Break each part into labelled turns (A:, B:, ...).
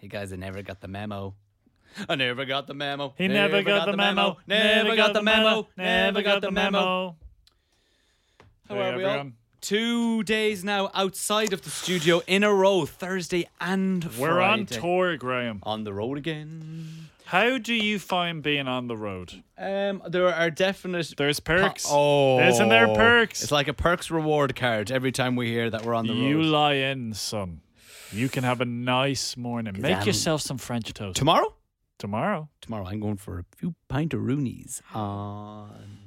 A: You guys, I never got the memo. I never got the memo.
B: He never, got, the memo.
A: Never got the memo.
B: Never got the memo.
A: How
B: There you
A: are
B: go,
A: we all?
B: everyone.
A: Two days now outside of the studio in a row, Thursday and
B: We're on
A: Friday.
B: tour, Graham.
A: On the road again.
B: How do you find being on the road?
A: Um, there are definite
B: There's perks.
A: Oh,
B: Isn't there perks?
A: It's like a perks reward card every time we hear that we're on the
B: you
A: road.
B: lie in, son. You can have a nice morning. Make
A: I'm-
B: yourself some French toast
A: Tomorrow?
B: tomorrow.
A: Tomorrow I'm going for a few pint of roonies on Where am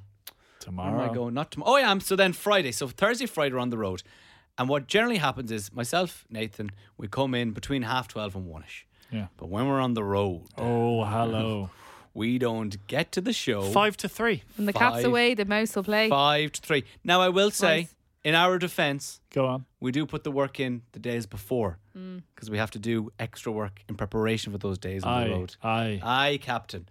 B: Tomorrow.
A: I going? Not tomorrow. Oh, yeah. I'm- So then Friday. So Thursday, Friday, we're on the road. And what generally happens is myself, Nathan, we come in between half 12 and 1 ish.
B: Yeah.
A: But when we're on the road,
B: Oh, hello.
A: we don't get to the show
B: Five to three.
C: When the
A: Five.
C: cat's away, the mouse will play.
A: five to 3. Now, I will say,
C: Nice.
A: in our defense,
B: Go on.
A: we do put the work in the days before because we have to do extra work in preparation for those days on the
B: Aye.
A: road. Ah.
B: Aye.
A: Aye, Captain.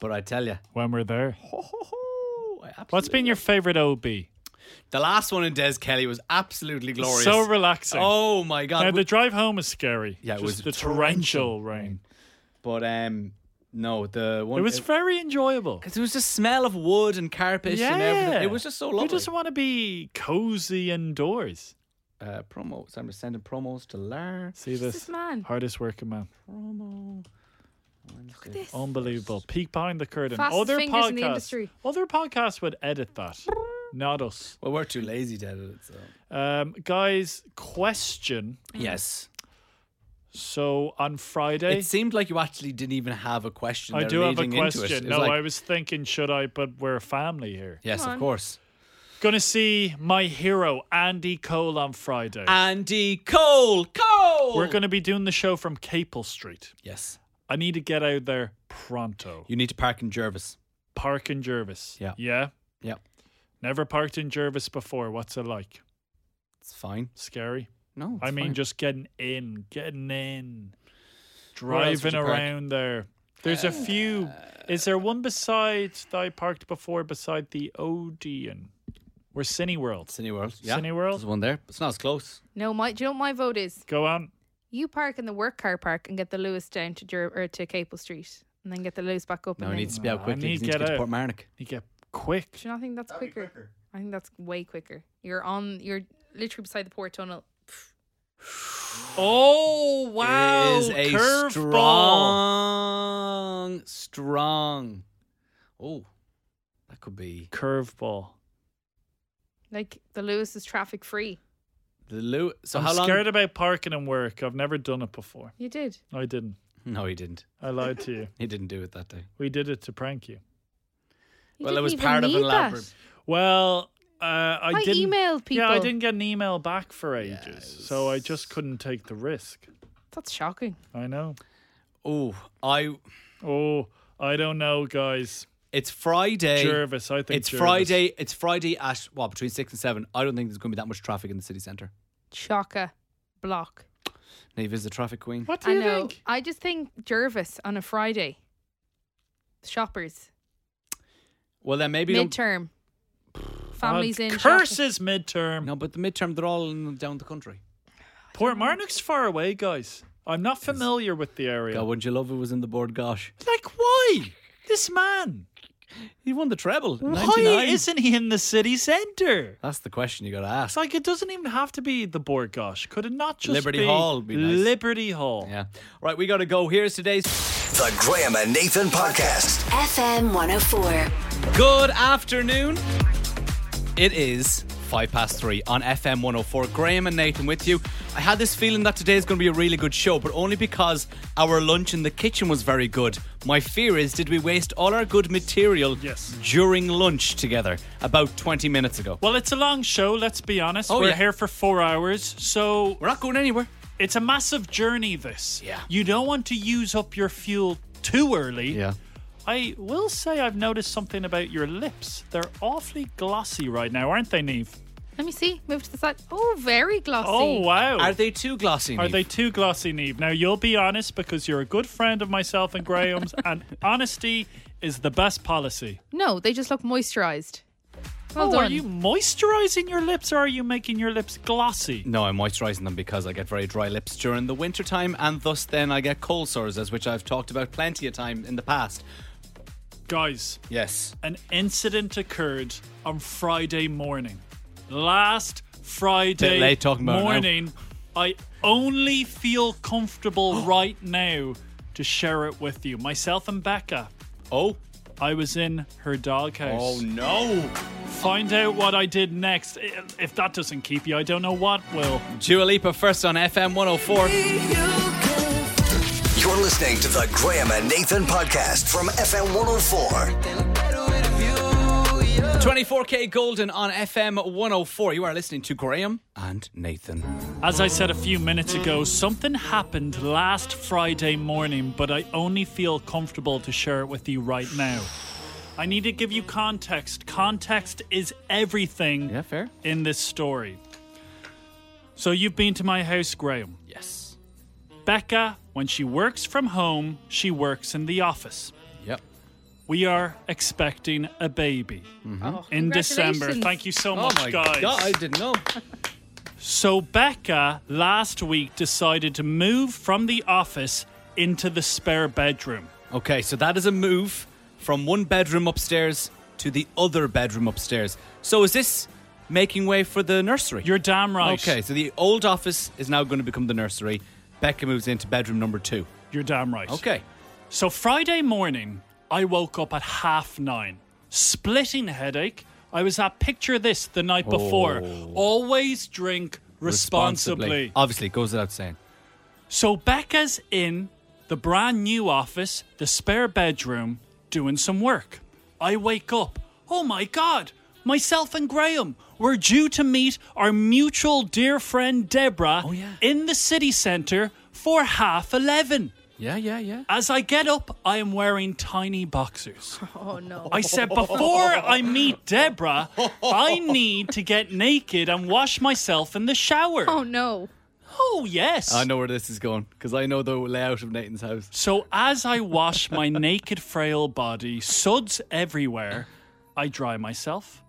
A: But I tell you,
B: When we're there.
A: what's
B: What's been your favorite OB?
A: the last one in Des Kelly was absolutely glorious.
B: So relaxing.
A: oh my god!
B: now,
A: We-
B: the drive home is scary.
A: Yeah, it
B: Just
A: was
B: the torrential rain.
A: But um, no, the one
B: It was very enjoyable.
A: because it was just smell of wood and carpet and everything. It was just so lovely.
B: You just want to be cozy indoors.
A: uh, promos. I'm just sending promos to Lar.
B: See this,
C: this man.
B: hardest working man.
A: Promo.
C: Look at this.
B: Unbelievable. Peek behind the curtain.
C: Fastest
B: other
C: fingers
B: podcasts,
C: in the industry.
B: other podcasts would edit that. Not us.
A: Well, we're too lazy to edit it. So
B: Um, guys, question.
A: yes,
B: So on Friday,
A: it seemed like you actually didn't even have a question.
B: I
A: there
B: do have a
A: leading into it. It
B: question.
A: was
B: No,
A: like,
B: I was thinking, should I? But we're a family here.
A: yes,
C: Come
A: of
C: on.
A: course.
B: Gonna see my hero Andy Cole on Friday.
A: Andy Cole, Cole.
B: we're gonna be doing the show from Capel Street.
A: Yes,
B: I need to get out there pronto.
A: you need to park in Jervis.
B: Park in Jervis.
A: Yeah.
B: Yeah.
A: Yep,
B: Never parked in Jervis before. What's it like?
A: it's fine.
B: Scary.
A: No, it's
B: I mean,
A: fine.
B: just getting in, getting in,
A: Where else would
B: driving
A: you park?
B: around there. There's a few. Is there one besides that I parked before, beside the Odeon? Where Cineworld.
A: Cineworld. Yeah,
B: Cineworld?
A: There's one there. It's not as close.
C: No, my, do you know what my vote is?
B: Go on.
C: You park in the work car park and get the Lewis down to Jer- or to Capel Street, and then get the Lewis back up.
A: No,
C: and
A: it
C: then-
A: needs to be out
B: I
A: quickly.
B: need
A: It needs to
B: get
A: get to
B: out.
A: Port Marnock.
B: You get quick.
C: Do you not think that's quicker? I think that's way quicker. You're on. You're literally beside the port tunnel.
B: Oh wow!
A: is a
B: Curveball.
A: strong, strong. Oh, that could be
B: Curveball.
C: Like the Lewis is traffic free.
A: the Lou. So
B: I'm
A: how long?
B: scared about parking and work. I've never done it before.
C: You did.
B: I didn't.
A: no, he didn't.
B: I lied to you.
A: He didn't do it that day.
B: We did it to prank you.
C: You
A: well, it
C: didn't
A: was
C: even
A: part of
C: need
A: an elaborate.
C: that.
B: Well, uh, I,
C: I
B: didn't.
C: emailed people.
B: Yeah, I didn't get an email back for ages, so I just couldn't take the risk.
C: That's shocking.
B: I know.
A: Oh, I.
B: Oh, I don't know, guys.
A: It's Friday.
B: Jervis, I think
A: It's
B: Jervis.
A: Friday. It's Friday at well between six and seven. I don't think there's going to be that much traffic in the city centre.
C: Chaka block.
A: Nave is the traffic queen.
B: What do you
C: I know.
B: think?
C: I just think Jervis on a Friday. Shoppers.
A: Well, then maybe don't-
C: Midterm. Families
B: Uh,
C: in. shopping.
B: curses midterm.
A: no, but the midterm they're all in, down the country.
B: Port Marnock's far away, guys. I'm not familiar with the area.
A: God, Oh, wouldn't you love it was in the board? Gosh,
B: Like, why? This man.
A: he won the treble.
B: Why
A: 99.
B: isn't he in the city centre?
A: That's the question you got to ask.
B: It's like it doesn't even have to be the board. Gosh, could it not just
A: Liberty
B: be
A: Hall would be nice.
B: Liberty Hall?
A: Yeah. Right, we got to go. Here's today's
D: The Graham and Nathan Podcast.
E: FM 104.
A: good afternoon. It is five past three on FM 104. Graham and Nathan with you. I had this feeling that today is going to be a really good show, but only because our lunch in the kitchen was very good. My fear is, did we waste all our good material
B: Yes.
A: during lunch together about 20 minutes ago?
B: Well, it's a long show. Let's be honest.
A: Oh,
B: We're
A: yeah.
B: here for four hours, so
A: We're not going anywhere.
B: it's a massive journey this
A: Yeah.
B: you don't want to use up your fuel too early i will say i've noticed something about your lips they're awfully glossy right now aren't they neve
C: Let me see. Move to the side. Oh, very glossy.
B: oh wow
A: Are they too glossy?
B: Are
A: Niamh?
B: they too glossy neve now you'll be honest because you're a good friend of myself and graham's and honesty is the best policy
C: No, they just look moisturized. Well
B: oh, are
C: done.
B: you moisturizing your lips or are you making your lips glossy?
A: No, I'm moisturising them because I get very dry lips during the wintertime and thus then I get cold sores, as which I've talked about plenty of time in the past.
B: Guys,
A: Yes.
B: an incident occurred on Friday morning. Last Friday
A: Bit late talking about it now.
B: morning. I only feel comfortable right now to share it with you. Myself and Becca.
A: Oh.
B: I was in her doghouse.
A: Oh no.
B: Find out what I did next. I- If that doesn't keep you, I don't know what will.
A: Dua Lipa first on FM 104.
D: You're listening to the Graham and Nathan podcast from FM 104.
A: 24K Golden on FM 104. You are listening to Graham and Nathan.
B: As I said a few minutes ago, something happened last Friday morning, but I only feel comfortable to share it with you right now. I need to give you context. Context is everything
A: fair.
B: in this story. So, you've been to my house, Graham.
A: Yes.
B: Becca, when she works from home, she works in the office.
A: Yep.
B: We are expecting a baby
C: Oh,
B: in December.
C: congratulations.
B: Thank you so much,
A: Mm-hmm. oh my
B: guys.
A: god, I didn't know.
B: So Becca last week decided to move from the office into the spare bedroom.
A: Okay, so that is a move from one bedroom upstairs to the other bedroom upstairs. So is this making way for the nursery?
B: You're damn right.
A: Okay, so the old office is now going to become the nursery. Becca moves into bedroom number two.
B: You're damn right.
A: Okay.
B: So Friday morning, I woke up at half nine, splitting headache. I was at picture this the night before.
A: Oh.
B: Always drink responsibly.
A: Obviously, it goes without saying.
B: So Becca's in the brand new office, the spare bedroom, doing some work. I wake up. Oh my God! Myself and Graham, we're due to meet our mutual dear friend Deborah
A: Oh, yeah.
B: in the city centre for half 11.
A: Yeah, yeah, yeah.
B: As I get up, I am wearing tiny boxers.
C: Oh no.
B: I said, before I meet Deborah, I need to get naked and wash myself in the shower.
C: Oh no.
B: Oh, yes.
A: I know where this is going because I know the layout of Nathan's house.
B: So as I wash my naked, frail body, suds everywhere, I dry myself.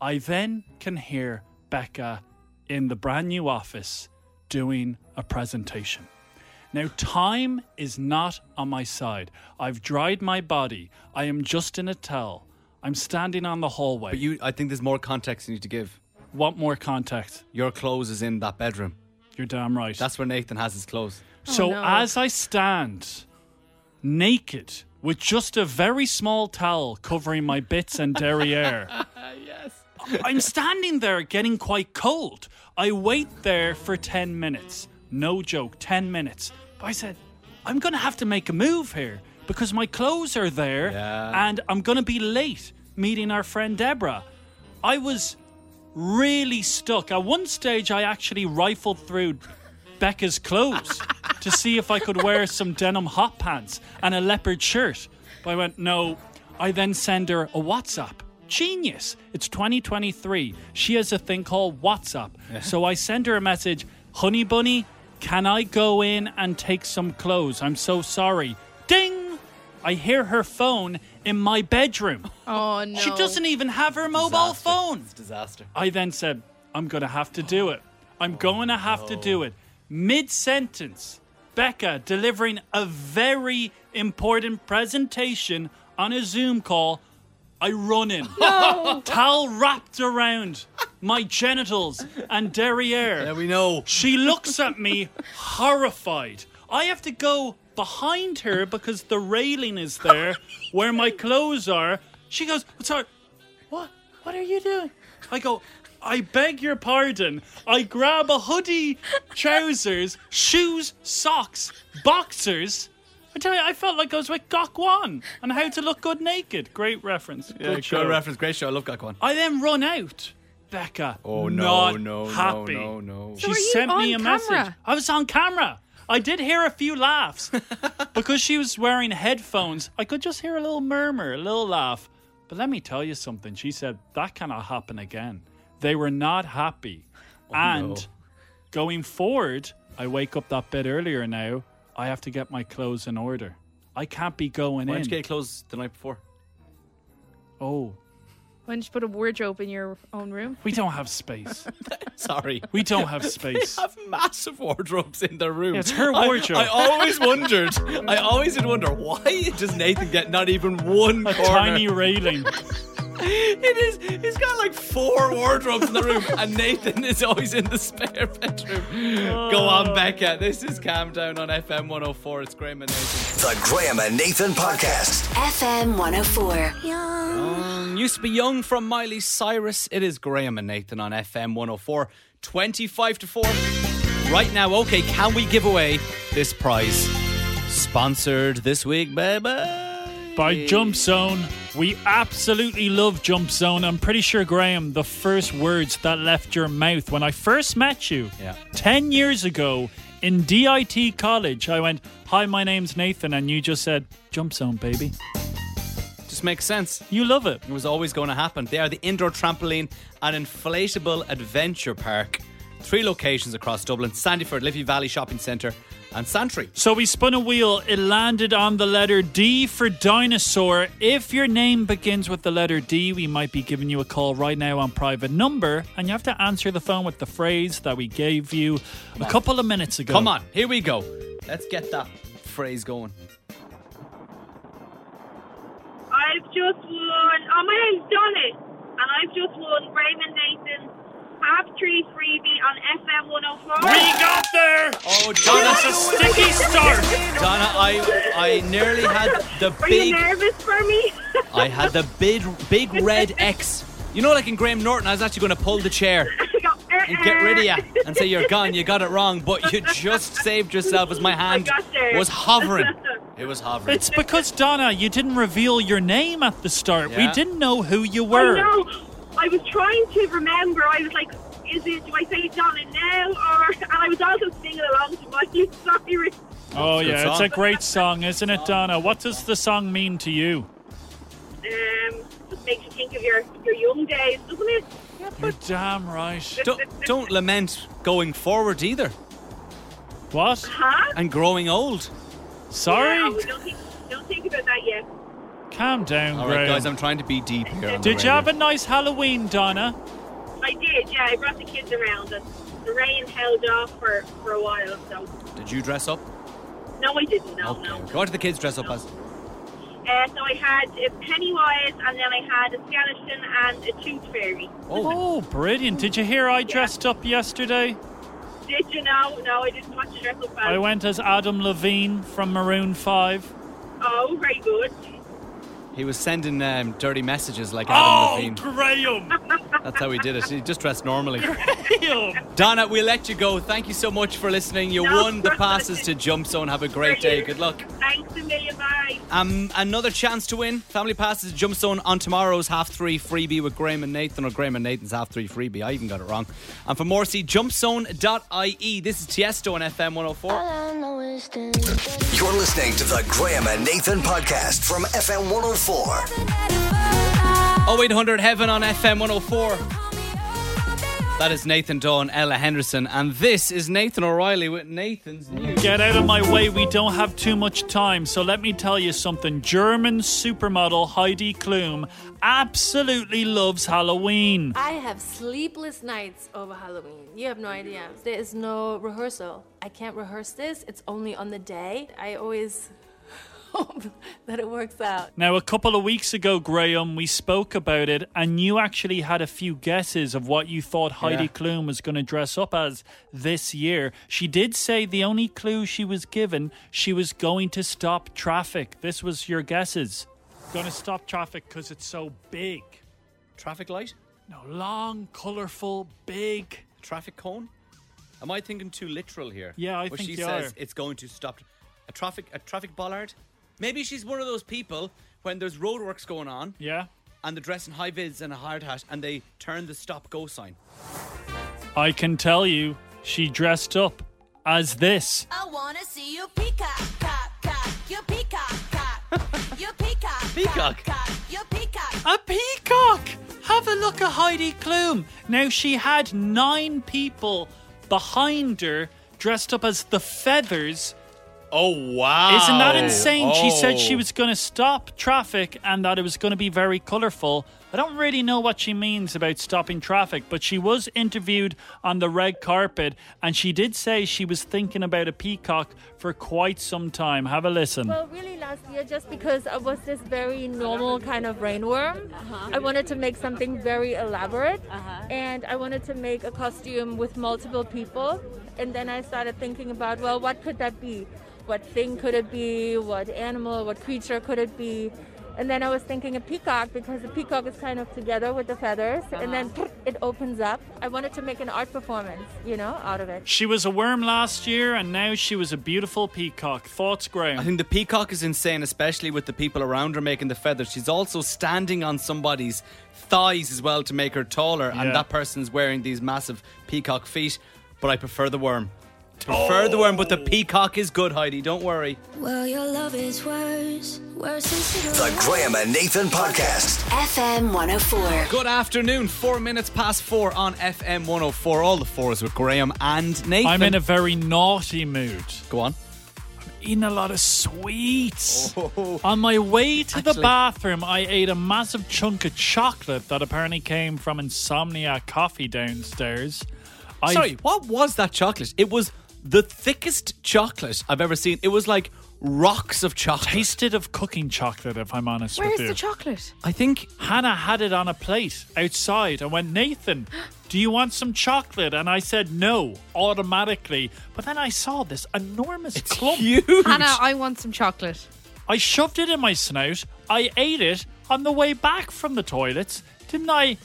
B: I then can hear Becca in the brand new office doing a presentation. Now, time is not on my side. I've dried my body. I am just in a towel. I'm standing on the hallway.
A: But you, I think there's more context you need to give.
B: want more contact?
A: Your clothes is in that bedroom.
B: You're damn right.
A: That's where Nathan has his clothes.
B: So
C: no.
B: as I stand naked with just a very small towel covering my bits and derriere. yes. I'm standing there getting quite cold. I wait there for 10 minutes. No joke, 10 minutes. But I said, I'm going to have to make a move here because my clothes are there
A: Yeah.
B: and I'm going to be late meeting our friend Deborah. I was really stuck. At one stage, I actually rifled through Becca's clothes to see if I could wear some denim hot pants and a leopard shirt. But I went, no. I then send her a WhatsApp. Genius. It's 2023. She has a thing called WhatsApp. So I send her a message Honey Bunny, can I go in and take some clothes? I'm so sorry. Ding! I hear her phone in my bedroom.
C: Oh no.
B: She doesn't even have her mobile
A: Disaster.
B: phone.
A: It's a disaster.
B: I then said, I'm going to have to do it. I'm going to have to do it. Mid sentence, Becca delivering a very important presentation on a Zoom call. I run in, towel wrapped around my genitals and derriere.
A: Yeah, we know.
B: She looks at me horrified. I have to go behind her because the railing is there where my clothes are. She goes, Sorry, what? What are you doing? I go, I beg your pardon. I grab a hoodie, trousers, shoes, socks, boxers. I tell you, I felt like I was with Gok Wan on how to look good naked. Great reference.
A: Yeah,
B: good show.
A: reference. Great show. I love Gakwan.
B: I then run out. Becca,
A: Oh no,
B: not
A: no,
B: happy.
A: no, no, no.
B: She
C: were you
B: sent me a
C: on
B: message.
C: camera?
B: I was on camera. I did hear a few laughs because she was wearing headphones. I could just hear a little murmur, a little laugh. But let me tell you something. She said that cannot happen again. They were not happy. and
A: Oh, no.
B: going forward, I wake up that bit earlier now. I have to get my clothes in order. I can't be going
A: Why
B: in.
A: didn't you get your clothes the night before?
B: oh,
C: Why don't you put a wardrobe in your own room?
B: We don't have space.
A: Sorry.
B: We don't have
A: They
B: space.
A: have massive wardrobes in their room.
B: Yeah, it's her
A: I-
B: wardrobe.
A: I, always wondered. I always did wonder why does Nathan get not even one
B: A
A: corner?
B: tiny railing.
A: It is. He's got like four wardrobes in the room, and Nathan is always in the spare bedroom. Go on, Becca. This is Calm Down on FM 104. It's Graham and Nathan.
D: The Graham and Nathan Podcast.
E: FM 104.
A: Used to be young from Miley Cyrus. It is Graham and Nathan on FM 104. 25 oh to 4. Right now, okay, can we give away this prize? Sponsored this week, baby.
B: By Jump Zone. We absolutely love Jump Zone. I'm pretty sure, Graham, the first words that left your mouth when I first met you
A: Yeah.
B: 10 years ago in DIT college, I went, Hi, my name's Nathan. And you just said, Jump Zone, baby.
A: Just makes sense.
B: You love it.
A: It was always going to happen. They are the indoor trampoline and inflatable adventure park. Three locations across Dublin Sandyford, Liffey Valley Shopping Centre, and Santry.
B: So we spun a wheel. It landed on the letter D for dinosaur. If your name begins with the letter D, we might be giving you a call right now on private number, and you have to answer the phone with the phrase that we gave you a couple of minutes ago.
A: Come on, here we go. Let's get that phrase going.
F: I've just won. Oh, my name's Donna, and I've just won Raymond Nathan's half tree freebie on FM 104.
B: We got there.
A: Oh,
B: That's a
A: Donna,
B: sticky start.
A: Donna, I, I nearly had the
F: Are
A: big,
F: you nervous for me?
A: I had the big, big red X. You know, like in Graham Norton, I was actually going to pull the chair
F: uh,
A: and get rid of you and say you're gone. You got it wrong, but you just saved yourself. As my hand
F: got there.
A: was hovering, it was hovering.
B: It's because Donna, you didn't reveal your name at the start.
A: Yeah.
B: We didn't know who you
F: I
B: were.
F: know. I was trying to remember. I was like, is it, do I say Donna now? Or, and I was also singing along to Miley Cyrus.
B: Oh
A: Good
B: yeah, it's
A: song.
B: a great song, isn't it, Donna? What does the song mean to you?
F: Um, just makes you think of your, your young days, doesn't it?
B: You're
A: Mm.
B: damn right.
A: don't, don't lament going forward either
B: What?
F: Huh?
A: and growing old.
F: Yeah,
B: Sorry?
F: we don't, think, don't think about that yet.
B: Calm down,
A: All
B: Graham.
A: right, guys, I'm trying to be deep here. On the
B: Did you
A: radio.
B: have a nice Halloween, Donna?
F: I did, yeah. I brought the kids around, and the rain held off for, for a while. So
A: Did you dress up?
F: no, I didn't. No,
A: okay.
F: no.
A: okay. What did the kids dress up as?
F: Uh, so I had a Pennywise, and then I had a skeleton and a tooth fairy.
A: Oh,
B: brilliant. Did you hear I dressed up yesterday?
F: Did you know? No, I didn't watch the dress up.
B: I went as Adam Levine from Maroon 5.
F: Oh, very good.
A: he was sending um, dirty messages like Adam
B: Oh,
A: Levine.
B: Graham!
A: That's how he did it. He just dressed normally.
B: Graham!
A: Donna, we'll let you go. Thank you so much for listening. You
F: No
A: won the passes to
F: problem.
A: Jump Zone. Have a great day. Good luck.
F: Thanks a million. Bye.
A: Um, another chance to win. Family passes to Jump Zone on tomorrow's half three freebie with Graham and Nathan, or Graham and Nathan's half three freebie. I even got it wrong. And for more, see jumpzone.ie. This is Tiesto on FM 104.
D: You're listening to the Graham and Nathan Podcast from FM 104.
A: 0800 Oh, Heaven on FM 104. That is Nathan Dawn, Ella Henderson, and this is Nathan O'Reilly with Nathan's news.
B: Get out of my way, we don't have too much time. So let me tell you something. German supermodel Heidi Klum absolutely loves Halloween.
G: I have sleepless nights over Halloween. You have no idea. There is no rehearsal. I can't rehearse this. It's only on the day. I always hope that it works out.
B: Now, a couple of weeks ago, Graham, we spoke about it, and you actually had a few guesses of what you thought Heidi Klum was going to dress up as this year. She did say the only clue she was given, she was going to stop traffic. This was your guesses. Going to stop traffic because it's so big.
A: Traffic light?
B: No, long, colourful, big.
A: Traffic cone? Am I thinking too literal here?
B: Yeah, I
A: Where
B: think
A: she
B: you
A: says
B: are.
A: it's going to stop a traffic a traffic bollard. Maybe she's one of those people when there's roadworks going on
B: Yeah.
A: and they're dressed in high vids and a hard hat and they turn the stop go sign.
B: I can tell you, she dressed up as this.
H: I wanna see you peacock, cock, cock, you peacock, cock, you peacock, cock,
A: Peacock?
H: cock, you peacock.
B: A peacock! Have a look at Heidi Klum. Now, she had nine people behind her dressed up as the feathers
A: Oh wow!
B: Isn't that insane? She said she
A: Oh.
B: was going to stop traffic and that it was going to be very colorful. I don't really know what she means about stopping traffic, but she was interviewed on the red carpet and she did say she was thinking about a peacock for quite some time. Have a listen.
E: Well, really, last year, just because I was this very normal kind of rainworm, I wanted to make something very elaborate, and I wanted to make a costume with multiple people. And then I started thinking about, well, what could that be? What thing could it be? What animal? What creature could it be? And then I was thinking a peacock because the peacock is kind of together with the feathers, and then it opens up. I wanted to make an art performance, you know, out of it.
B: she was a worm last year and now she was a beautiful peacock. Thoughts,
A: I
B: Graham?
A: think the peacock is insane, especially with the people around her making the feathers. She's also standing on somebody's thighs as well to make her taller,
B: Yeah.
A: and that person's wearing these massive peacock feet. But I prefer the worm. Prefer the worm, but the peacock is good, Heidi. Don't worry.
H: Well, your love is worse, worse than
D: The Graham and Nathan Podcast.
I: FM 104.
A: Good afternoon. Four minutes past four on FM 104. All the fours with Graham and Nathan.
B: I'm in a very naughty mood.
A: Go on.
B: eating a lot of sweets. On my way to
A: Oh.
B: the
A: Actually-
B: bathroom, I ate a massive chunk of chocolate that apparently came from Insomnia Coffee downstairs. I,
A: Sorry, what was that chocolate? It was the thickest chocolate I've ever seen. It was like rocks of chocolate.
B: Tasted of cooking chocolate, if I'm honest
C: Where's
B: with you.
C: the chocolate?
A: I think
B: Hannah had it on a plate outside. I went, Nathan, do you want some chocolate? And I said no automatically. But then I saw this enormous clump.
A: huge.
C: Hannah, I want some chocolate.
B: I shoved it in my snout. I ate it on the way back from the toilets. Didn't I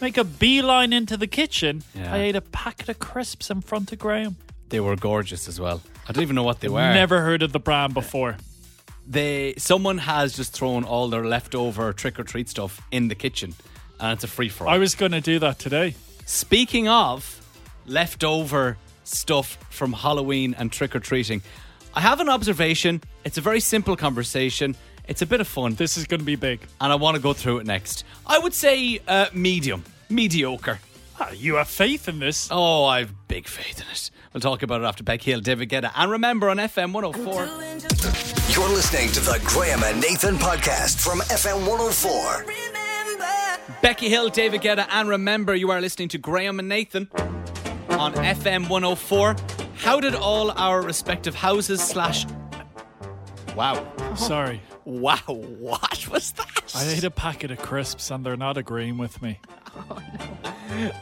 B: make a beeline into the kitchen?
A: Yeah.
B: I ate a packet of crisps in front of Graham.
A: They were gorgeous as well. I don't even know what they were.
B: Never heard of the brand before.
A: They someone has just thrown all their leftover trick or treat stuff in the kitchen, and it's a free for all.
B: I was going to do that today.
A: Speaking of leftover stuff from Halloween and trick or treating, I have an observation. It's a very simple conversation. It's a bit of fun,
B: This is going to be big.
A: and I want to go through it next. I would say uh, medium, mediocre.
B: Ah, you have faith in this.
A: Oh, I've big faith in it. We'll talk about it after Beck Hill, David Guetta, and remember on FM 104.
D: You're listening to the Graham and Nathan Podcast from FM 104.
A: Becky Hill, David Guetta, and remember you are listening to Graham and Nathan on FM 104. How did all our respective houses slash Wow.
B: Sorry.
A: Wow, what was that?
B: I ate a packet of crisps and they're not agreeing with me.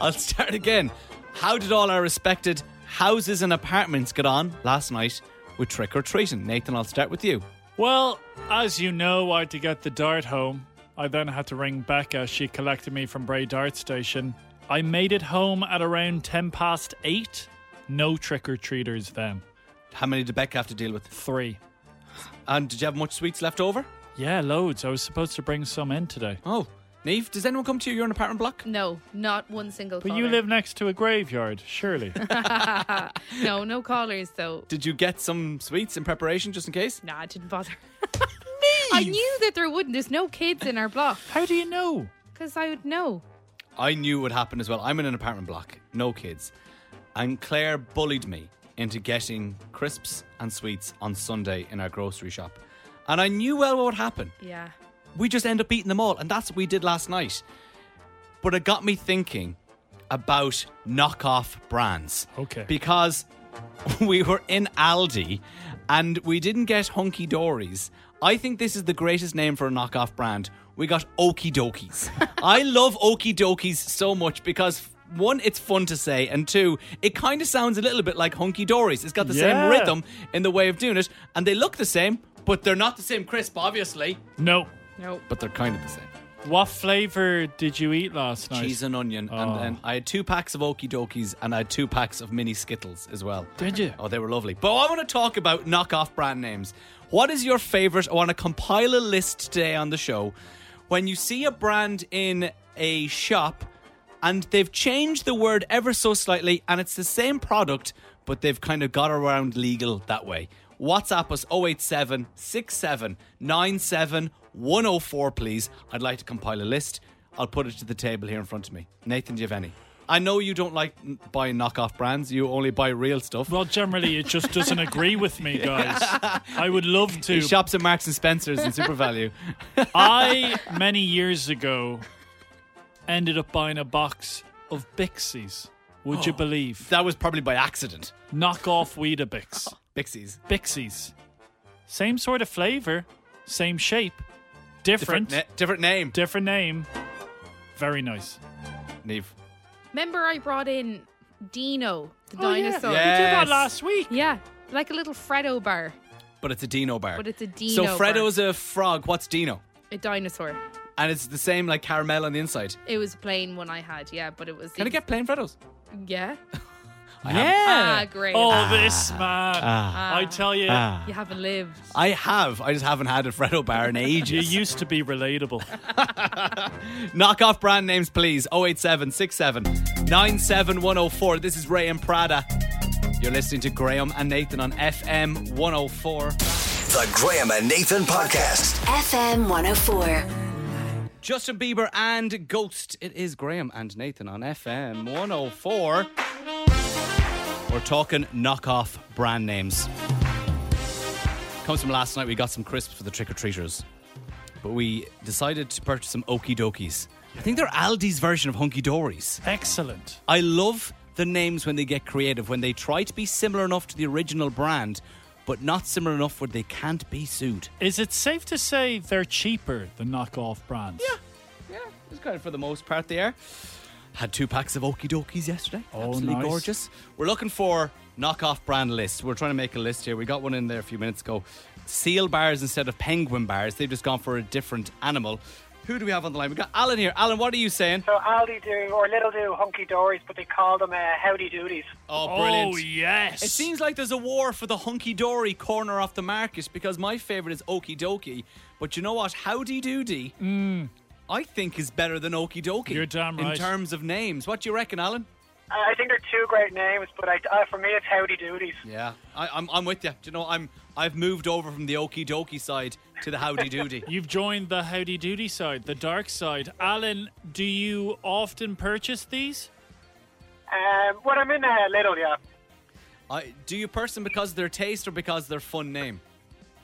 A: I'll start again. How did all our respected houses and apartments get on last night with trick or treating? Nathan, I'll start with you.
B: Well, as you know, I had to get the dart home. I then had to ring Becca. She collected me from Bray Dart Station. I made it home at around 10 past 8. No trick or treaters then.
A: How many did Becca have to deal with?
B: Three.
A: And did you have much sweets left over?
B: Yeah, loads. I was supposed to bring some in today.
A: Oh, Neve, does anyone come to you? You're an apartment block?
C: No, not one single
B: But
C: caller.
B: you live next to a graveyard, surely.
C: No, no callers though.
A: Did you get some sweets in preparation just in case?
C: Nah, I didn't bother. I knew that there wouldn't. There's no kids in our block
B: How do you know?
C: because I would know.
A: I knew would happen as well. I'm in an apartment block, no kids. And Claire bullied me into getting crisps and sweets on Sunday in our grocery shop. And I knew well what would happen.
C: Yeah.
A: We just end up eating them all. And that's what we did last night. But it got me thinking about knockoff brands.
B: Okay.
A: Because we were in Aldi and we didn't get Hunky Dories. I think this is the greatest name for a knockoff brand. We got Okie Dokies. I love Okie Dokies so much because one, it's fun to say, and two, it kind of sounds a little bit like Hunky Dories. It's got the
B: Yeah.
A: same rhythm in the way of doing it, and they look the same, but they're not the same crisp, obviously,
B: No.
C: No.
A: but they're kind of the same.
B: What flavour did you eat last night?
A: Cheese and onion,
B: Oh.
A: and then I had two packs of Okie Dokies, and I had two packs of mini Skittles as well.
B: Did you?
A: Oh, they were lovely. But I want to talk about knockoff brand names. What is your favorite? I want to compile a list today on the show. When you see a brand in a shop and they've changed the word ever so slightly and it's the same product, but they've kind of got around legal that way. WhatsApp us 087 67 97 104, please. I'd like to compile a list. I'll put it to the table here in front of me. Nathan, do you have any? I know you don't like n- buying knockoff brands. You only buy real stuff.
B: Well, generally, it just doesn't agree with me, guys. I would love to.
A: He shops at Marks and Spencers and Super Value.
B: I, many years ago, ended up buying a box of Bixies. Would you believe?
A: Oh, That was probably by accident.
B: Knock off Weetabix.
A: Bixie's.
B: Bixies. Same sort of flavor, same shape, different,
A: Different, na- different name.
B: different name. Very nice.
A: Neve.
C: Remember, I brought in Dino, the
B: Oh, yeah.
C: dinosaur.
A: Yeah.
B: We did that
A: Yes.
B: last week.
C: Yeah, like a little Freddo bar,
A: But it's a Dino bar.
C: But it's a
A: So
C: Dino bar.
A: Fredo's a frog. What's Dino?
C: a dinosaur.
A: And it's the same like caramel on the inside.
C: It was plain one I had, yeah, but it was.
A: Can I get plain Fredo's?
C: Yeah,
B: Yeah.
C: Ah, great.
B: Oh, this
A: Ah.
B: man. I tell you,
C: you haven't lived.
A: I have. I just haven't had a Fredo bar in
B: you
A: ages.
B: used to be relatable.
A: Knock off brand names, please. 087 67 97104. This is Ray and Prada. You're listening to Graham and Nathan on FM 104.
D: The Graham and Nathan Podcast.
I: FM 104.
A: Justin Bieber and Ghost. It is Graham and Nathan on FM 104. We're talking knockoff brand names. Comes from last night. We got some crisps for the trick or treaters, but we decided to purchase some Okie Dokies. I think they're Aldi's version of Hunky Dories.
B: Excellent.
A: I love the names when they get creative, when they try to be similar enough to the original brand, but not similar enough where they can't be sued.
B: Is it safe to say they're cheaper than knockoff brands? Yeah.
A: Yeah, it's kind of for the most part there. Had two packs of okie dokies yesterday.
B: Oh,
A: Absolutely
B: nice.
A: gorgeous. We're looking for knockoff brand lists. We're trying to make a list here. We got one in there a few minutes ago. Seal bars instead of penguin bars. They've just gone for a different animal. Who do we have on the line? We got Alan here. Alan, what are you saying?
J: So Aldi do, or Little do, Hunky Dories, but they call them uh, Howdy Doodies.
A: Oh, brilliant.
B: Oh, yes.
A: It seems like there's a war for the hunky dory corner off the market because my favourite is Okie Dokie. But you know what? Howdy Doody, I think, is better than Okie Dokie.
B: Hmm. You're damn right.
A: In terms of names. What do you reckon, Alan?
J: Uh, I think they're two great names, but I, uh, for me it's Howdy Doodies.
A: Yeah, I, I'm, I'm with you. Do you know, I'm, I've moved over from the Okie Dokie side to the Howdy Doody.
B: You've joined the howdy doody side, the dark side. Alan, do you often purchase these?
J: Um, when I'm in uh, Little, yeah,
A: I, do you person because of their taste or because of their fun name?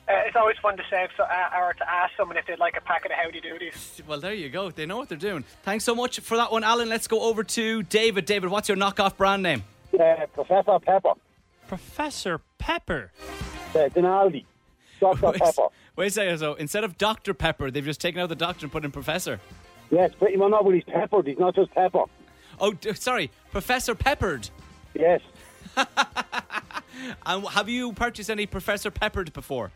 J: uh, it's always fun to say so, uh, or to ask someone if they'd like a packet of Howdy Doodies.
A: Well, there you go. They know what they're doing. Thanks so much for that one, Alan. Let's go over to David. David, what's your knockoff brand name?
J: Uh, Professor Pepper,
B: Professor Pepper.
J: uh, Denaldi, Dr
A: Wait, wait a second. So instead of Dr. Pepper, they've just taken out the doctor and put in Professor.
J: Yes, but you know, but he's peppered. He's not just pepper.
A: Oh, d- sorry, Professor Peppered.
J: Yes,
A: And have you purchased any Professor Peppered before?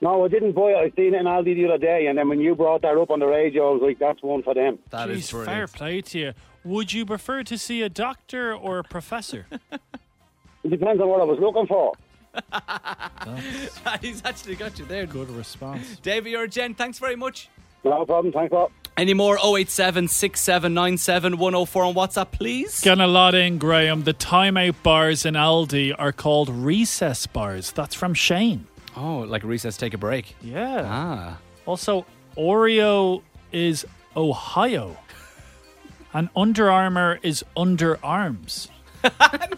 J: no, I didn't buy it. I seen it in Aldi the other day, and then when you brought that up on the radio, I was like, that's one for them.
A: That is
B: Jeez, fair play to you. Would you prefer to see a doctor or a professor?
J: It depends on what I was looking for.
A: He's actually got you there.
B: Good response.
A: David, you're a gent. Thanks very much.
J: No problem. Thanks a lot.
A: Any more 087 6797 104 on WhatsApp, please?
B: Getting a lot in, Graham. The timeout bars in Aldi are called recess bars. That's from Shane.
A: Oh, like recess, take a break.
B: Yeah.
A: Ah.
B: Also, Oreo is Ohio, and Under Armour is underarms.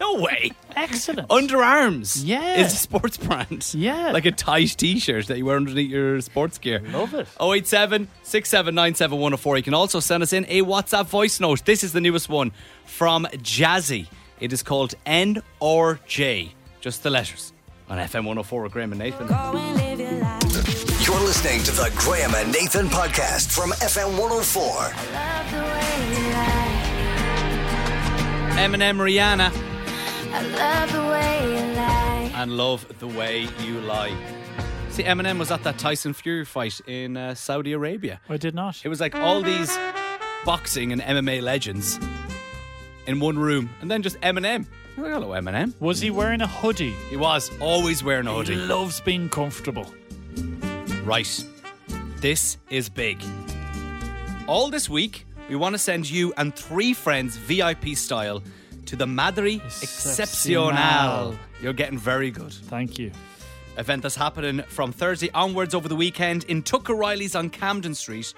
A: No way.
B: Excellent.
A: Underarms.
B: Yeah.
A: Is a sports brand.
B: Yeah.
A: Like a tight t shirt that you wear underneath your sports gear.
B: Love it.
A: 087 6797 104. You can also send us in a WhatsApp voice note. This is the newest one from Jazzy. It is called N or J. Just the letters. On FM 104 with Graham and Nathan.
D: You're listening to the Graham and Nathan Podcast from FM 104.
A: Eminem Rihanna.
H: Love the way you lie.
A: and love the way you lie. See, Eminem was at that Tyson Fury fight in uh, Saudi Arabia.
B: I did not.
A: It was like all these boxing and MMA legends in one room, and then just Eminem. Like, Hello, Eminem.
B: Was he wearing a hoodie?
A: He was always wearing a
B: He
A: hoodie.
B: loves being comfortable.
A: Right. This is big. All this week, we want to send you and three friends VIP style to the Madre
B: Excepcional.
A: Excepcional. You're getting very good.
B: Thank you.
A: event that's happening from Thursday onwards over the weekend in Tucker Riley's on Camden Street,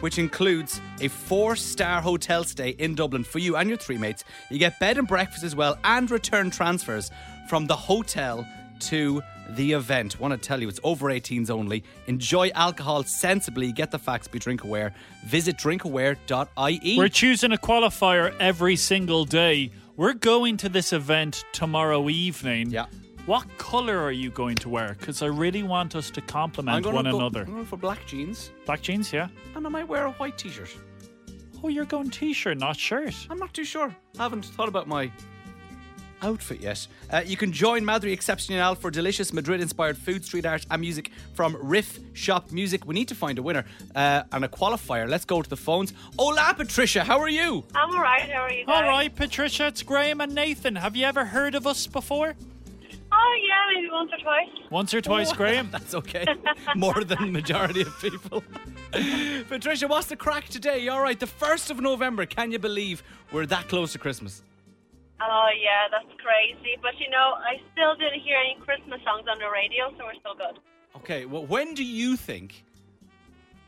A: which includes a four star hotel stay in Dublin for you and your three mates. You get bed and breakfast as well and return transfers from the hotel to the event. Want to tell you, it's over 18s only. Enjoy alcohol sensibly. Get the facts, be drink aware. Visit drinkaware.ie.
B: We're choosing a qualifier every single day. We're going to this event tomorrow evening.
A: Yeah.
B: What color are you going to wear? Because I really want us to
A: I'm
B: compliment
A: gonna
B: one
A: go-
B: another.
A: I'm going for black jeans
B: Black jeans, yeah.
A: and I might wear a white t shirt.
B: Oh, you're going t-shirt, not shirt.
A: I'm not too sure. I haven't thought about my outfit yet. Uh, you can join Madri Excepcional for delicious Madrid inspired food, street art, and music from Riff Shop Music. We need to find a winner uh, and a qualifier. Let's go to the phones. Hola, Patricia. How are you?
F: I'm alright, how are you guys?
B: All right, Patricia, it's Graham and Nathan. Have you ever heard of us before?
F: Oh, yeah, maybe once or twice.
B: Once or
F: Oh.
B: twice, Graham.
A: That's okay. More than the majority of people. Patricia, what's the crack today? You All right, the 1st of November. Can you believe we're that close to Christmas?
F: Oh, yeah, that's crazy. But you know, I still didn't hear any Christmas songs on the radio, so we're still good.
A: Okay, well, when do you think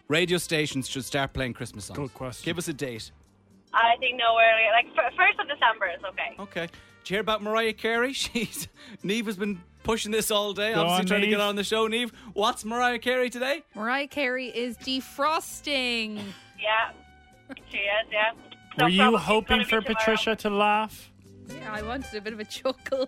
A: radio stations should start playing Christmas songs?
B: Good question.
A: Give us a date.
F: I think no earlier. Like, f- 1st of December is okay.
A: Okay. Did you hear about Mariah Carey? She's Neve has been pushing this all day,
B: Go
A: obviously
B: on,
A: trying to
B: Niamh.
A: get on the show. Neve, what's Mariah Carey today?
C: Mariah Carey is defrosting.
F: Yeah. She is, yeah. So
B: Were you
F: probably it's
B: hoping
F: gonna be
B: for
F: tomorrow.
B: Patricia to laugh?
C: Yeah, I wanted a bit of a chuckle.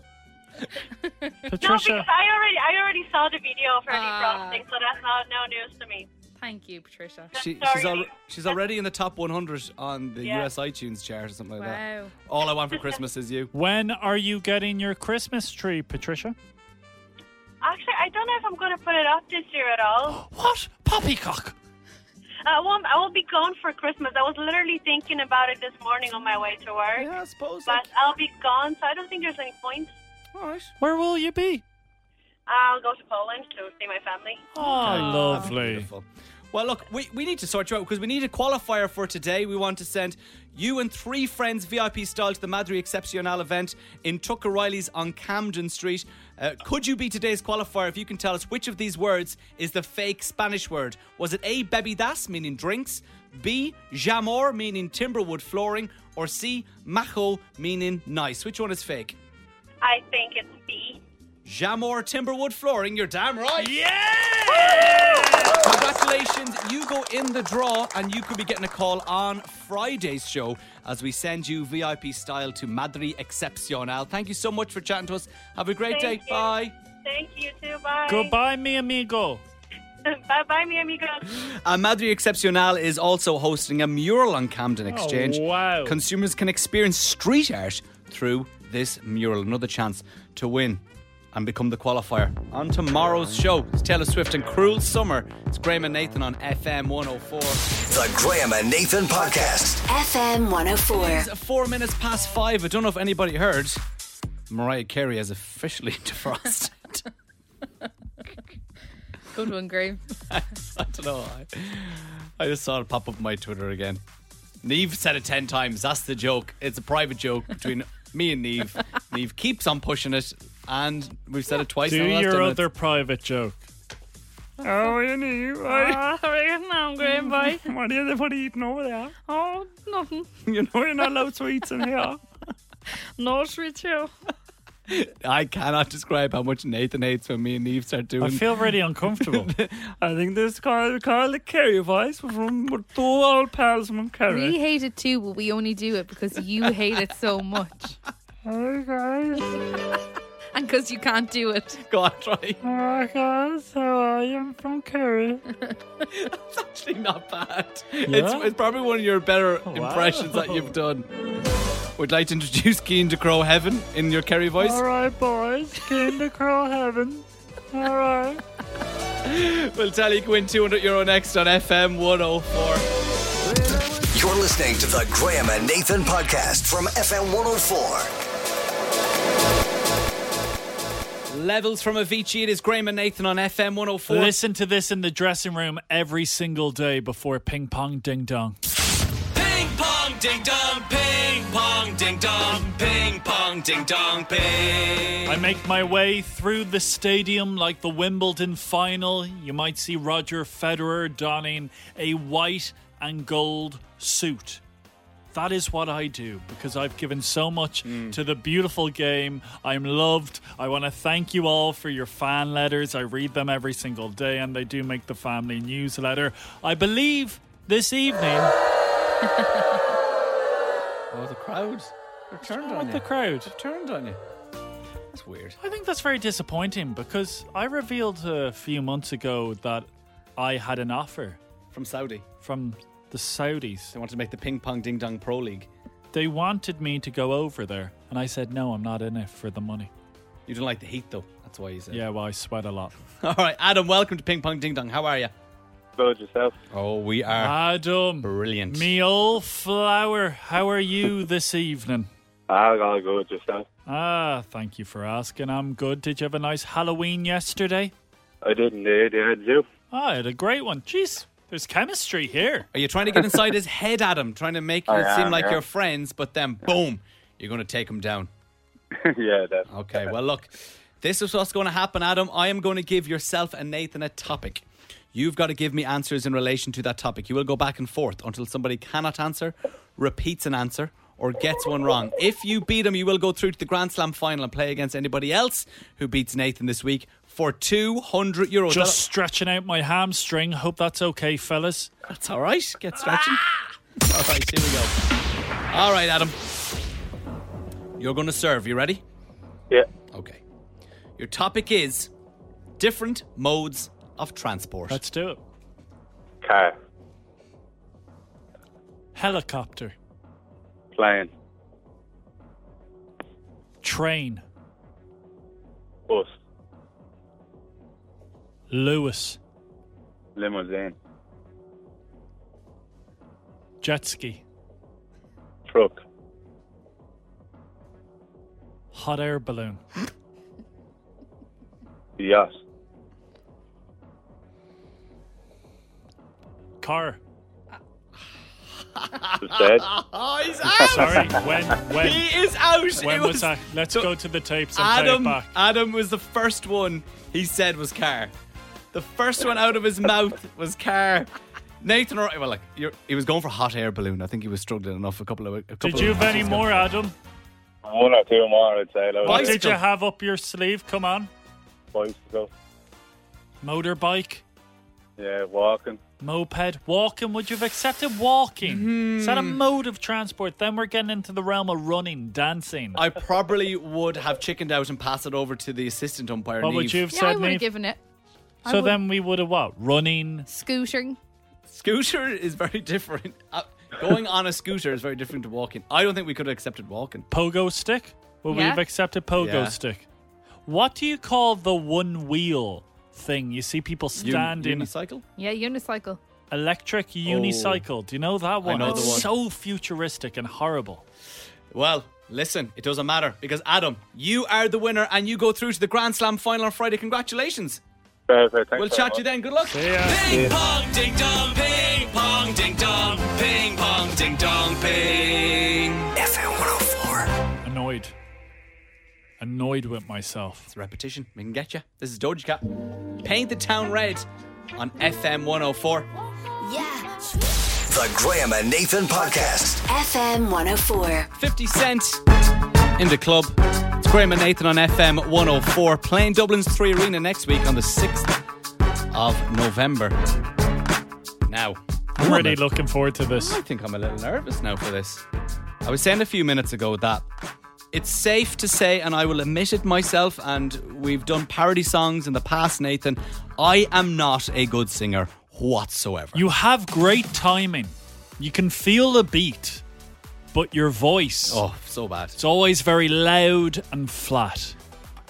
F: No,
B: Patricia,
F: because I already, I already saw the video of her
C: Ah.
F: defrosting, so that's not no news to me.
C: Thank you, Patricia.
A: She,
F: Sorry,
A: she's, al-
F: Niamh.
A: she's already in the top 100 on the
F: Yeah.
A: US iTunes chart or something like that.
C: Wow.
A: All I want for Christmas is you.
B: when are you getting your Christmas tree, Patricia?
F: Actually, I don't know if I'm going to put it up this year at all.
B: What? Poppycock.
F: I won't. I will be gone for Christmas. I was literally thinking about it this morning on my way to work,
A: Yeah, I suppose. Like,
F: but I'll be gone, so I don't think there's any point.
A: all right.
B: Where will you be?
F: I'll go to Poland to see my family.
B: Oh, lovely.
A: Beautiful. Well, look, we, we need to sort you out because we need a qualifier for today. We want to send you and three friends VIP style to the Madri Excepcional event in Tucker Riley's on Camden Street. Uh, could you be today's qualifier if you can tell us which of these words is the fake Spanish word? Was it A, bebidas, meaning drinks, B, jamor, meaning timberwood flooring, or C, macho, meaning nice? Which one is fake?
F: I think it's B.
A: Jamor, timberwood flooring, you're damn right.
B: Yeah!
A: Congratulations, you go in the draw, and you could be getting a call on Friday's show as we send you VIP style to Madri Excepcional. Thank you so much for chatting to us. Have a great
F: Thank
A: day.
F: you.
A: Bye.
F: Thank you too. Bye.
B: Goodbye, mi amigo.
F: bye, bye, mi amigos.
A: And Madri Excepcional is also hosting a mural on
F: Oh,
A: Camden Exchange.
B: Oh, wow.
A: Consumers can experience street art through this mural. Another chance to win and become the qualifier. On tomorrow's show, it's Taylor Swift and Cruel Summer. It's Graham and Nathan on FM 104.
D: The Graham and Nathan Podcast.
I: FM 104.
A: It's four minutes past five. I don't know if anybody heard. Mariah Carey has officially defrosted.
C: Good one, Graham.
A: I don't know. I, I just saw it pop up on my Twitter again. Neve said it ten times. That's the joke. It's a private joke between me and Neve. Neve keeps on pushing it, and we've said it twice.
B: Do
A: in the last ten
B: your
A: minutes.
B: other private joke. Oh, you need,
C: Oh, now, Graham, bye.
B: What are you, what are you eating over there?
C: Oh, nothing.
B: You know you're not allowed sweets in here.
C: No sweet show.
A: I cannot describe how much Nathan hates when me and Neve start doing.
B: I feel really uncomfortable. I think this Carl, Carl Kerry voice was from two old pals from
C: We
B: Kerry.
C: hate it too, but we only do it because you hate it so much.
B: Hi guys,
C: And because you can't do it.
A: Go on, try.
B: hi guys, how are you? I'm from Kerry.
A: It's actually not bad.
B: Yeah?
A: It's, it's probably one of your better impressions that you've done. Would like to introduce Keen to Crow Heaven in your Kerry voice.
B: All right, boys, came to Crow Heaven. All right.
A: We'll tell you, you can win 200 euro next on FM 104.
D: You're listening to the Graham and Nathan Podcast from FM 104.
A: Levels from Avicii. It is Graham and Nathan on FM 104.
B: Listen to this in the dressing room every single day before ping pong ding dong.
A: Ping pong, Ding dong, ping pong, ding dong, ping pong, ding dong, ping.
B: I make my way through the stadium like the Wimbledon final. You might see Roger Federer donning a white and gold suit. That is what I do because I've given so much to the beautiful game. I'm loved. I want to thank you all for your fan letters. I read them every single day and they do make the family newsletter. I believe this evening.
A: Oh, the crowd. They're turned
B: on with you. the crowd? They've
A: turned on you. That's weird.
B: I think that's very disappointing because I revealed a few months ago that I had an offer
A: From Saudi.
B: from the Saudis.
A: They wanted to make the ping pong ding dong pro league.
B: They wanted me to go over there, and I said, no, I'm not in it for the money.
A: You didn't like the heat though. That's why you said.
B: Yeah, well, I sweat a lot.
A: All right, Adam. Welcome to ping pong ding dong. How are you?
J: Build yourself.
A: Oh, we are
B: Adam,
A: brilliant.
B: me old flower, how are you this evening?
J: I'll, I'll go with yourself.
B: Ah, thank you for asking. I'm good. Did you have a nice Halloween yesterday?
J: I didn't. They, they had you.
B: Ah, I had a great one. Jeez, there's chemistry here.
A: Are you trying to get inside his head, Adam? Trying to make it seem
J: am,
A: like
J: yeah.
A: you're friends, but then boom, you're going to take him down.
J: yeah, that.
A: Okay, well, look, this is what's going to happen, Adam. I am going to give yourself and Nathan a topic. You've got to give me answers in relation to that topic. You will go back and forth until somebody cannot answer, repeats an answer, or gets one wrong. If you beat them, you will go through to the Grand Slam final and play against anybody else who beats Nathan this week for 200 euros.
B: Just stretching out my hamstring. Hope that's okay, fellas.
A: That's all right. Get stretching. Ah! All right, here we go. All right, Adam. You're going to serve. You ready?
J: Yeah.
A: Okay. Your topic is different modes of transport.
B: Let's do it.
J: Car.
B: Helicopter,
J: Plane.
B: train,
J: Bus.
B: Lewis,
J: Limousine.
B: jet ski,
J: Truck.
B: hot air balloon,
J: Yacht.
B: car.
J: The shed.
A: Oh, he's out!
B: Sorry, when when
A: he is out!
B: when
A: It
B: was that? Let's
A: So-
B: go to the tapes and
A: Adam,
B: play it back.
A: Adam was the first one he said was car. The first one out of his mouth was car. Nathan, or- well, like you're, he was going for hot air balloon. I think he was struggling enough a couple of. A couple
B: Did you
A: of
B: have any more, Adam?
J: One or two more, I'd say. Like,
B: What
A: Bicycle.
B: did you have up your sleeve? Come on,
J: bicycle.
B: motorbike.
J: Yeah, walking.
B: Moped, walking, would you have accepted walking? Is that a
A: Hmm.
B: mode of transport? Then we're getting into the realm of running, dancing.
A: I probably would have chickened out and passed it over to the assistant umpire.
B: what would
A: Niamh.
B: you have
C: Yeah, I
B: said,
C: would have
B: Niamh?
C: given it. I
B: So
C: would-
B: then we would have what? Running,
C: Scootering.
A: Scooter is very different. Uh, going on a scooter is very different to walking. I don't think we could have accepted walking.
B: pogo stick? Would we
C: Yeah.
B: have accepted pogo
A: Yeah.
B: stick? What do you call the one wheel thing? You see people
A: Un-
B: standing
A: unicycle.
C: Yeah, unicycle.
B: electric unicycle. Do you know that one?
A: know the
B: it's
A: one.
B: so futuristic and horrible.
A: Well, listen, it doesn't matter because Adam, you are the winner and you go through to the Grand Slam final on Friday. Congratulations.
J: Perfect. Thanks
A: We'll
J: very
A: chat
J: much.
A: to you then. Good luck.
B: See ya.
A: Ping pong ding dong, ping pong ding dong, ping pong ding dong, ping.
D: FM 104.
B: Annoyed. Annoyed with myself.
A: It's repetition. We can get you. This is Doja Cat. Paint the town red on FM 104.
H: Yeah.
D: The Graham and Nathan Podcast.
I: FM 104.
A: 50 Cent in the club. It's Graham and Nathan on FM 104, playing Dublin's 3 Arena next week on the 6th of November. Now,
B: I'm really
A: I'm a-
B: looking forward to this.
A: I think I'm a little nervous now for this. I was saying a few minutes ago that it's safe to say, and I will admit it myself, and we've done parody songs in the past, Nathan. I am not a good singer whatsoever.
B: You have great timing. You can feel the beat, but your voice.
A: oh, so bad.
B: It's always very loud and flat.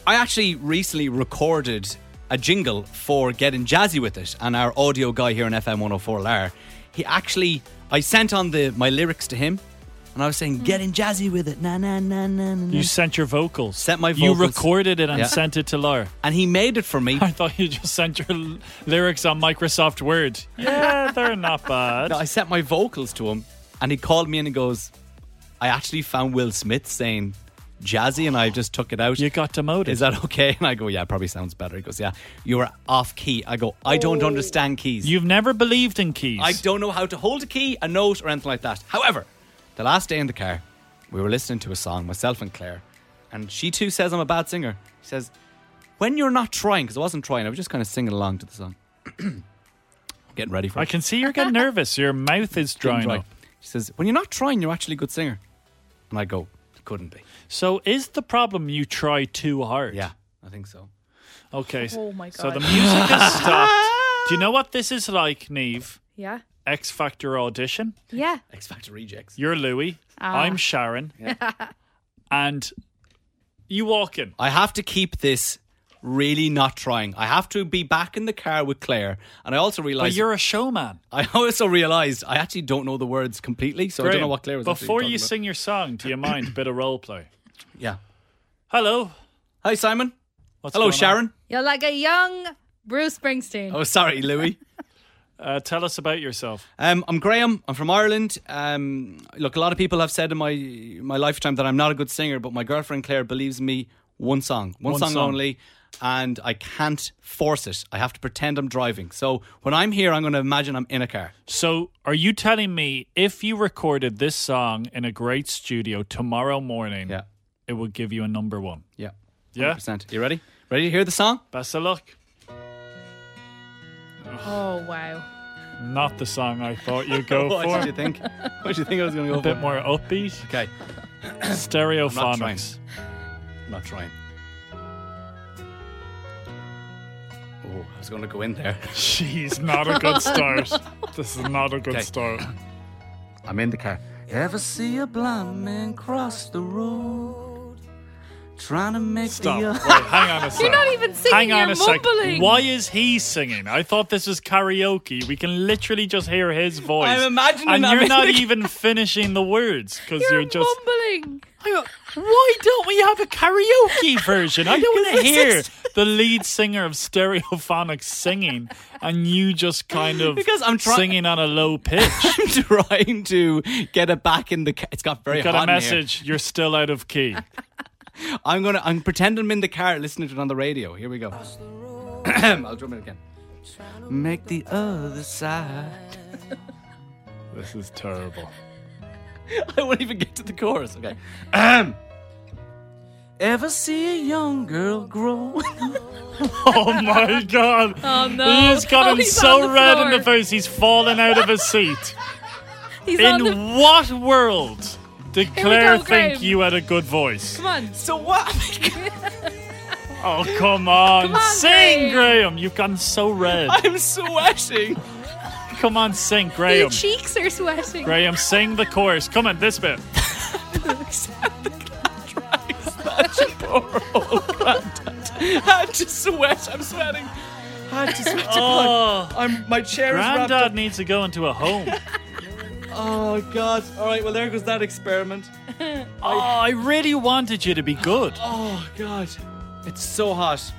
A: I actually recently recorded a jingle for Getting Jazzy with It, and our audio guy here on FM 104 Lar, he actually, I sent on the my lyrics to him, and I was saying, Getting Jazzy with It, na na na na na.
B: Hmm. You
A: na."
B: sent your vocals.
A: Mm. Sent my
B: You
A: vocals.
B: recorded it and
A: Yeah.
B: sent it to Laura.
A: And he made it for me.
B: I thought you just sent your l- lyrics on Microsoft Word. Yeah, they're not bad.
A: No, I sent my vocals to him, And he called me in and goes, I actually found Will Smith saying Jazzy and I just took it out.
B: You got demoted.
A: Is that okay? And I go, Yeah, probably sounds better. He goes, Yeah, you were off key. I go, I don't understand keys.
B: You've never believed in keys.
A: I don't know how to hold a key, a note, or anything like that. However, the last day in the car, we were listening to a song, myself and Claire, and she too says I'm a bad singer. She says, When you're not trying, because I wasn't trying, I was just kind of singing along to the song. Getting ready for
B: I
A: it.
B: can see you're getting nervous. Your mouth is
A: Didn't
B: drying
A: try.
B: up.
A: She says, When you're not trying, you're actually a good singer. And I go, Couldn't be.
B: So is the problem you try too hard?
A: Yeah, I think so.
B: Okay.
C: Oh my
B: So the
C: God.
B: music has stopped. Do you know what this is like, Neve?
C: Yeah.
B: X Factor audition.
C: Yeah.
A: X Factor rejects.
B: You're Louis.
C: Ah.
B: I'm Sharon. and you walk in.
A: I have to keep this really not trying. I have to be back in the car with Claire. And I also
B: But
A: realized
B: you're a showman.
A: I also realized I actually don't know the words completely, so I don't know what Claire was actually
B: Before
A: talking
B: you sing your song, do you mind a bit of role play?
A: about. Yeah.
B: Hello.
A: Hi Simon.
B: What's
A: Hello
B: going on?
A: Sharon.
C: You're like a young Bruce Springsteen.
A: Oh sorry Louis.
B: Uh, tell us about yourself.
A: Um, I'm Graham. I'm from Ireland. Um, look, a lot of people have said in my my lifetime that I'm not a good singer, but my girlfriend Claire believes me. One song, one,
B: One
A: song,
B: song.
A: only, and I can't force it. I have to pretend I'm driving. So when I'm here, I'm going to imagine I'm in a car.
B: So, are you telling me if you recorded this song in a great studio tomorrow morning,
A: Yeah,
B: it would give you a number one?
A: yeah,
B: Yeah.
A: percent. You ready? Ready to hear the song?
B: Best of luck.
C: Oh, wow.
B: Not the song I thought you'd go
A: what
B: for.
A: did you think? What did you think I was going to go
B: A bit
A: for?
B: more upbeat.
A: Okay, not trying.
B: Stereophonics.
A: I'm not trying. Oh, I was going to go in there.
B: Jeez, not a good start. this is not a good
A: Okay.
B: start.
A: I'm in the car. Ever see a blind man cross the road? Trying to make
B: Stop.
A: the.
B: Wait, hang on a second.
C: You're not even singing,
B: Hang on
C: you're
B: a sec.
C: mumbling.
B: Why is he singing? I thought this was karaoke. We can literally just hear his voice.
A: I'm imagining
B: and
A: I'm
B: you're
A: in
B: not
A: the-
B: even finishing the words because
C: You're,
B: you're, just.
C: mumbling.
B: I- Why don't we have a karaoke version? I don't want to
A: Because this
B: hear
A: is-
B: the lead singer of Stereophonics singing, and you just kind of
A: Because I'm try-
B: singing on a low pitch.
A: I'm trying to get it back in the car. It's got very
B: Got
A: hot
B: a
A: in here.
B: message. You're still out of key.
A: I'm gonna. I'm pretending I'm in the car listening to it on the radio. Here we go. I'll drum it again. Make the other side.
B: This is terrible.
A: I won't even get to the chorus. Okay. Ever see a young girl grow?
B: Oh my god.
C: Oh, no.
B: He's gotten
C: Oh, he's on
B: so
C: the
B: red
C: floor.
B: in the face he's fallen out of his seat.
C: He's
B: in
C: on the.
B: what world did
C: we
B: Claire
C: go,
B: think
C: Graham.
B: you had a good voice?
C: Come on.
A: so what?
B: Oh come on.
C: Come on,
B: sing,
C: Graham.
B: Graham. You've gotten so red.
A: I'm sweating.
B: Come on, sing,
C: Your
B: Graham.
C: cheeks are sweating.
B: Graham, sing the chorus. Come on, this bit.
A: had to sweat. I'm sweating. Had to sweat.
B: Oh,
A: I'm, my chair is wrapped
B: Granddad
A: up.
B: needs to go into a home.
A: Oh God! All right. Well, there goes that experiment.
B: Oh, I really wanted you to be good.
A: Oh God! It's so hot.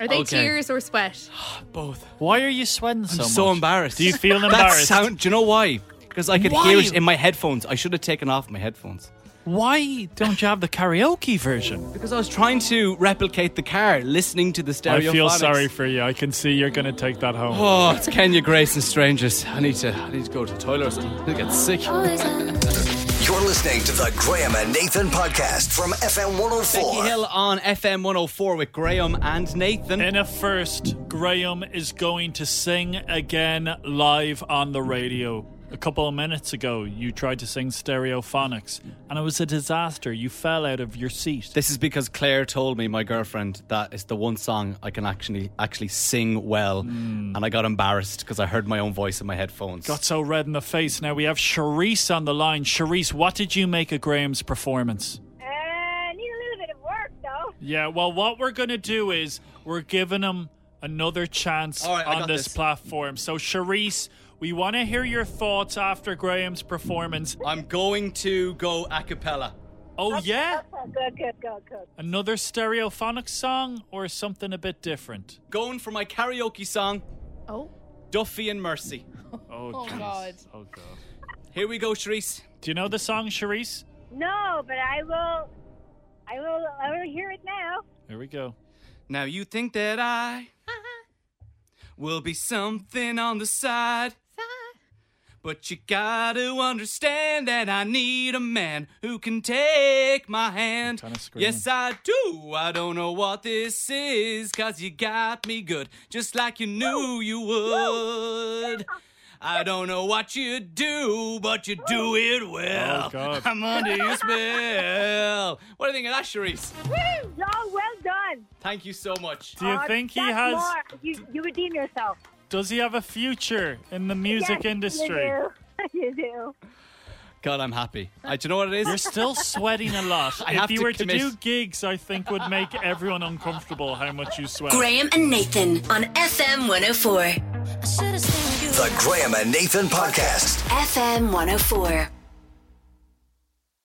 C: Are they
A: Okay.
C: tears or sweat?
A: Both.
B: Why are you sweating so
A: I'm
B: much?
A: so embarrassed.
B: Do you feel
A: That
B: embarrassed?
A: sound. Do you know why? Because I could
B: Why?
A: hear it in my headphones. I should have taken off my headphones.
B: Why don't you have the karaoke version?
A: Because I was trying to replicate the car, listening to the
B: I
A: stereo.
B: feel sorry for you. I can see you're going to take that home.
A: Oh, it's Kenya Grace and Strangers. I need to. I need to go to the toilet. or something. I'm gonna get sick.
D: You're listening to the Graham and Nathan podcast from FM 104.
A: Becky Hill on FM 104 with Graham and Nathan.
B: In a first, Graham is going to sing again live on the radio. A couple of minutes ago, you tried to sing stereophonics, and it was a disaster. You fell out of your seat.
A: This is because Claire told me, my girlfriend, that it's the one song I can actually actually sing well, and I got embarrassed because I heard my own voice in my headphones.
B: Got so red in the face. Now we have Charisse on the line. Charisse, what did you make of Graham's performance?
F: Uh, need a little bit of work though.
B: Yeah, well, what we're going to do is we're giving him another chance
A: All right, I
B: on
A: got
B: this,
A: this.
B: platform. So, Charisse, we want to hear your thoughts after Graham's performance.
A: I'm going to go a cappella.
B: Oh, yeah?
F: Good, good, good, good.
B: Another stereophonic song or something a bit different?
A: Going for my karaoke song,
C: Oh.
A: Duffy and Mercy.
B: Oh, oh
C: God.
B: Oh, God.
A: Here we go, Sharice.
B: Do you know the song, Charisse?
F: No, but I will. I will. I will hear it now.
B: Here we go.
A: Now you think that I will be something on the side. But you gotta understand that I need a man who can take my hand.
B: Kinda screaming.
A: Yes, I do. I don't know what this is, cause you got me good, just like you knew you would. I don't know what you do, but you do it well.
B: Oh, God.
A: I'm under your spell. What do you think of that, Sharice?
F: Woo! Oh, well done.
A: Thank you so much.
B: Do you
F: Oh,
B: think he
F: that's
B: has?
F: more. You, you redeem yourself.
B: Does he have a future in the music
F: Yes,
B: industry?
F: You do. you do.
A: God, I'm happy. Uh, do you know what it is?
B: You're still sweating a lot.
A: I
B: if
A: have
B: you
A: to
B: were
A: commit.
B: to do gigs, I think would make everyone uncomfortable how much you sweat.
I: Graham and Nathan on FM 104.
H: I should have seen you.
D: The Graham and Nathan Podcast.
I: FM 104.